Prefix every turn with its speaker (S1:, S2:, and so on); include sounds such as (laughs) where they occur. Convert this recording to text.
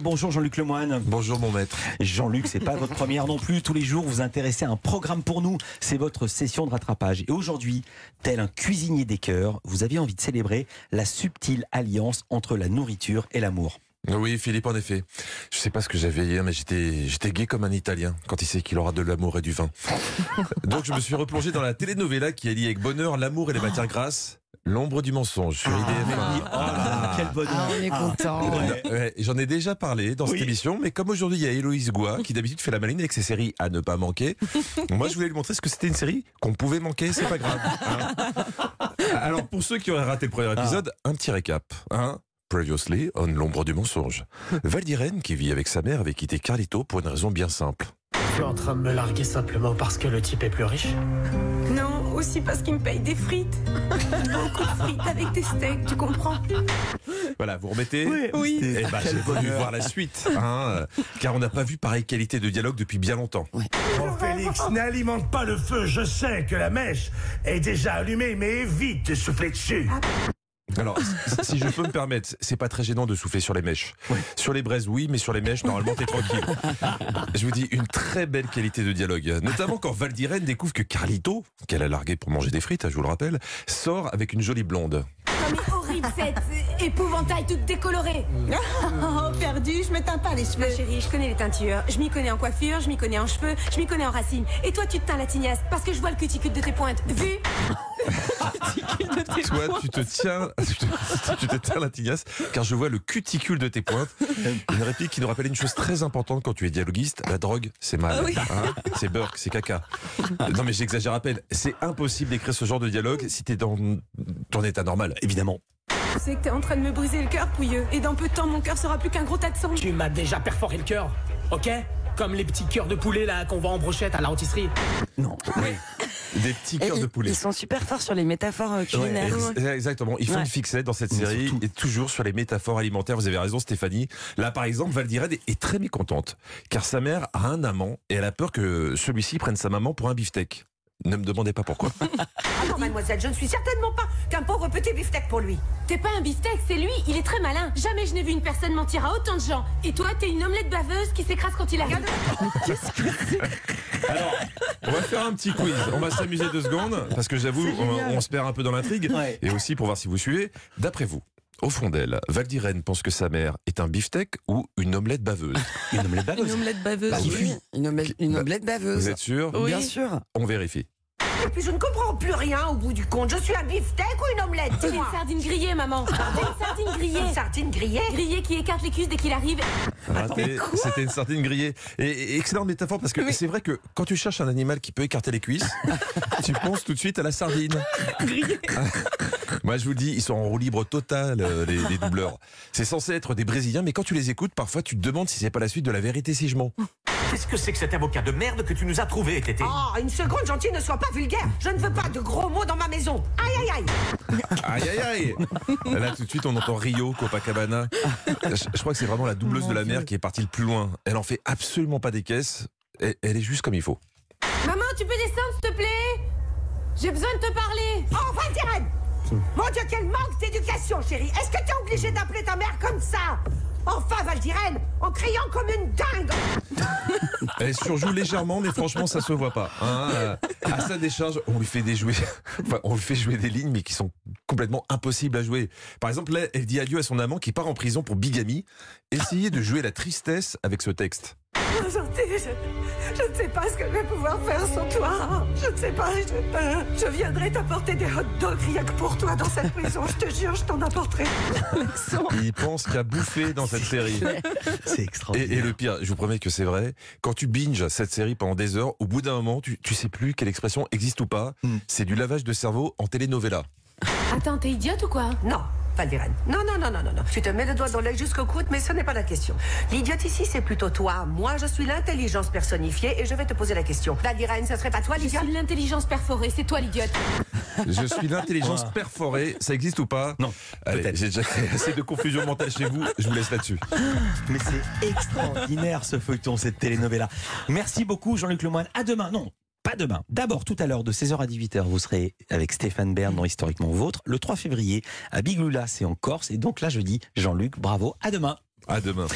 S1: Bonjour Jean-Luc Lemoine.
S2: Bonjour mon maître.
S1: Jean-Luc, c'est pas votre première non plus. Tous les jours, vous intéressez à un programme pour nous. C'est votre session de rattrapage. Et aujourd'hui, tel un cuisinier des cœurs, vous aviez envie de célébrer la subtile alliance entre la nourriture et l'amour.
S2: Oui, Philippe, en effet. Je sais pas ce que j'avais hier, mais j'étais, j'étais gay comme un Italien quand il sait qu'il aura de l'amour et du (laughs) vin. Donc, je me suis replongé dans la telenovela qui allie avec bonheur l'amour et les matières grasses. L'ombre du mensonge sur IDF.
S1: mais- oh là, quel bonheur.
S3: Ah, on est content.
S1: ouais.
S2: Ouais, J'en ai déjà parlé dans
S1: Oui.
S2: cette émission, mais comme aujourd'hui il y a Héloïse Goua qui d'habitude fait la maline avec ses séries à ne
S1: (laughs)
S2: pas manquer, moi je voulais lui montrer ce que c'était une série qu'on pouvait manquer, c'est pas grave. hein.
S1: (laughs)
S2: Alors pour ceux qui auraient raté le premier épisode,
S1: Ah.
S2: un petit récap. hein. Previously on l'ombre
S1: (laughs)
S2: du mensonge. Valdirène qui vit avec sa mère avait quitté Carlito pour une raison bien simple.
S4: Tu es en train de me larguer simplement parce que le type est plus riche
S5: Non, aussi parce qu'il me paye des frites. (laughs) Beaucoup de frites avec des steaks, tu comprends
S2: Voilà, vous remettez
S1: Oui.
S2: Eh ben, j'ai voulu voir la suite, hein, euh, car on n'a pas vu pareille qualité de dialogue depuis bien longtemps.
S6: Bon Félix, n'alimente pas le feu, je sais que la mèche est déjà allumée, mais évite de souffler dessus.
S7: Ah,
S2: Alors, si- si je peux me permettre, c'est pas très gênant de souffler sur les mèches. Sur les braises, oui, mais sur les mèches, normalement, t'es tranquille. Je vous dis, une très belle qualité de dialogue. Notamment quand Valdirène découvre que Carlito, qu'elle a largué pour manger des frites, hein, je vous le rappelle, sort avec une jolie blonde.
S5: Comme est horrible cette épouvantail toute (laughs) décolorée.
S8: Oh, perdu, je me teins pas les
S5: Ma
S8: cheveux.
S5: chérie, je connais les teintures. Je m'y connais en coiffure, je m'y connais en cheveux, je m'y connais en racines. Et toi, tu te teins la tignasse parce que je vois le cuticule de tes pointes. Vu
S2: Toi, tu te tiens, (laughs) tu te- tu te tiens la tignasse, car je vois le cuticule de tes pointes. Une réplique qui nous rappelle une chose très importante quand tu es dialoguiste la drogue, c'est mal.
S3: Ah
S2: hein, c'est Burke, c'est caca. Non, mais j'exagère à peine. C'est impossible d'écrire ce genre de dialogue si t'es dans ton état normal, évidemment.
S5: Tu sais que t'es en train de me briser le cœur, pouilleux. Et dans peu de temps, mon cœur sera plus qu'un gros tas de sang.
S4: Tu m'as déjà perforé le cœur, ok Comme les petits cœurs de poulet là qu'on vend en brochette à la rôtisserie.
S1: Non.
S2: Des petits
S3: Et
S2: cœurs de
S3: ils-
S2: poulet.
S3: Ils sont super forts sur les métaphores euh,
S2: Ouais,
S3: culinaires.
S2: ex- exactement. Ils font
S3: Ouais.
S2: une fixette dans cette
S1: Mais
S2: série
S1: surtout-
S2: et toujours sur les métaphores alimentaires. Vous avez raison, Stéphanie. Là, par exemple, Valdirède est- est très mécontente car sa mère a un amant et elle a peur que celui-ci prenne sa maman pour un beefsteak. Ne me demandez pas pourquoi.
S8: Ah non, mademoiselle, je ne suis certainement pas qu'un pauvre petit beefsteak pour lui.
S5: T'es pas un beefsteak, c'est lui. Il est très malin. Jamais je n'ai vu une personne mentir à autant de gens. Et toi, t'es une omelette baveuse qui s'écrase quand il arrive.
S2: (laughs) on va faire un petit quiz. On va s'amuser deux secondes parce que j'avoue, on, on se perd un peu dans l'intrigue.
S1: Ouais.
S2: Et aussi pour voir si vous suivez. D'après vous, au fond d'elle, Valdirène pense que sa mère est un beefsteak ou une omelette baveuse.
S1: Une omelette baveuse.
S9: omelette baveuse.
S3: Bah
S2: Qui
S3: oui,
S2: fuit. Bah,
S3: Une omelette, une omelette baveuse.
S2: Vous êtes sûr
S9: Oui.
S3: Euh, Bien sûr.
S2: On vérifie.
S8: Et puis je ne comprends plus rien au bout du compte. Je suis un beefsteak ou une
S4: (laughs)
S8: omelette
S5: T'es une
S8: Dis-moi.
S5: sardine grillée, maman. T'es une sardine grillée.
S8: Une sardine grillée
S5: Grillée qui écarte les cuisses dès qu'il arrive.
S2: Raté, Ah, c'était une sardine grillée. Et, et excellente métaphore parce que c'est vrai que quand tu cherches un animal qui peut écarter les cuisses, tu penses tout de suite à la sardine. (laughs) Moi, je vous le dis, ils sont en roue libre totale, euh, les, les doubleurs. C'est censé être des Brésiliens, mais quand tu les écoutes, parfois tu te demandes si c'est pas la suite de la vérité si je mens.
S7: Qu'est-ce que c'est que cet avocat de merde que tu nous as trouvé, Tété
S8: Oh, une seconde gentille, ne sois pas vulgaire. Je ne veux pas de gros mots dans ma maison. Aïe, aïe, aïe.
S2: Aïe, aïe, aïe Là, tout de suite, on entend Rio, Copacabana. Je, je crois que c'est vraiment la doubleuse de la mer qui est partie le plus loin. Elle en fait absolument pas des caisses. Elle- elle est juste comme il faut.
S5: Maman, tu peux descendre, s'il te plaît J'ai besoin de te parler.
S8: Oh, Valdirène Mon Dieu, quel manque d'éducation, chérie. Est-ce que tu es obligée d'appeler ta mère comme ça Enfin, Valdirène, en criant comme une dingue.
S2: Elle surjoue légèrement, mais franchement, ça se voit pas. hein. Euh, à sa décharge, on lui fait des jouer, (laughs) enfin, on lui fait jouer des lignes, mais qui sont complètement impossibles à jouer. Par exemple, là, elle dit adieu à son amant qui part en prison pour bigamie. Essayez de jouer la tristesse avec ce texte.
S8: Aujourd'hui, je, je ne sais pas ce que je vais pouvoir faire sans toi. Je ne sais pas. Je, euh, je viendrai t'apporter des hot dogs rien que pour toi dans cette maison. Je te jure, je t'en apporterai.
S2: Il pense qu'à bouffer dans cette série.
S1: C'est
S2: Et,
S1: extraordinaire.
S2: et le pire, je vous promets que c'est vrai, quand tu binges cette série pendant des heures, au bout d'un moment, tu, tu sais plus quelle expression existe ou pas.
S1: Mm.
S2: C'est du lavage de cerveau en telenovela.
S5: Attends, t'es idiote ou quoi
S8: Non, Valdirène. Non, non, non, non, non, non. Tu te mets le doigt dans l'œil jusqu'au coude, mais ce n'est pas la question. L'idiote ici, c'est plutôt toi. Moi, je suis l'intelligence personnifiée et je vais te poser la question. Valdirène, ce serait pas toi,
S5: Je
S8: l'idiote
S5: suis l'intelligence perforée, c'est toi l'idiote.
S2: Je suis l'intelligence
S1: Ah.
S2: perforée, ça existe ou pas
S1: Non,
S2: Allez,
S1: peut-être.
S2: J'ai déjà créé assez de confusion mentale chez vous, je vous laisse là-dessus.
S1: Mais c'est extraordinaire ce feuilleton, cette telenovela. Merci beaucoup Jean-Luc Lemoine. À demain. Non, pas demain. D'abord, tout à l'heure, de 16h à 18h, vous serez avec Stéphane Bern dans Historiquement Vôtre. Le 3 février, à Bigloulas, c'est en Corse. Et donc là, je dis Jean-Luc, bravo. À demain.
S2: À demain.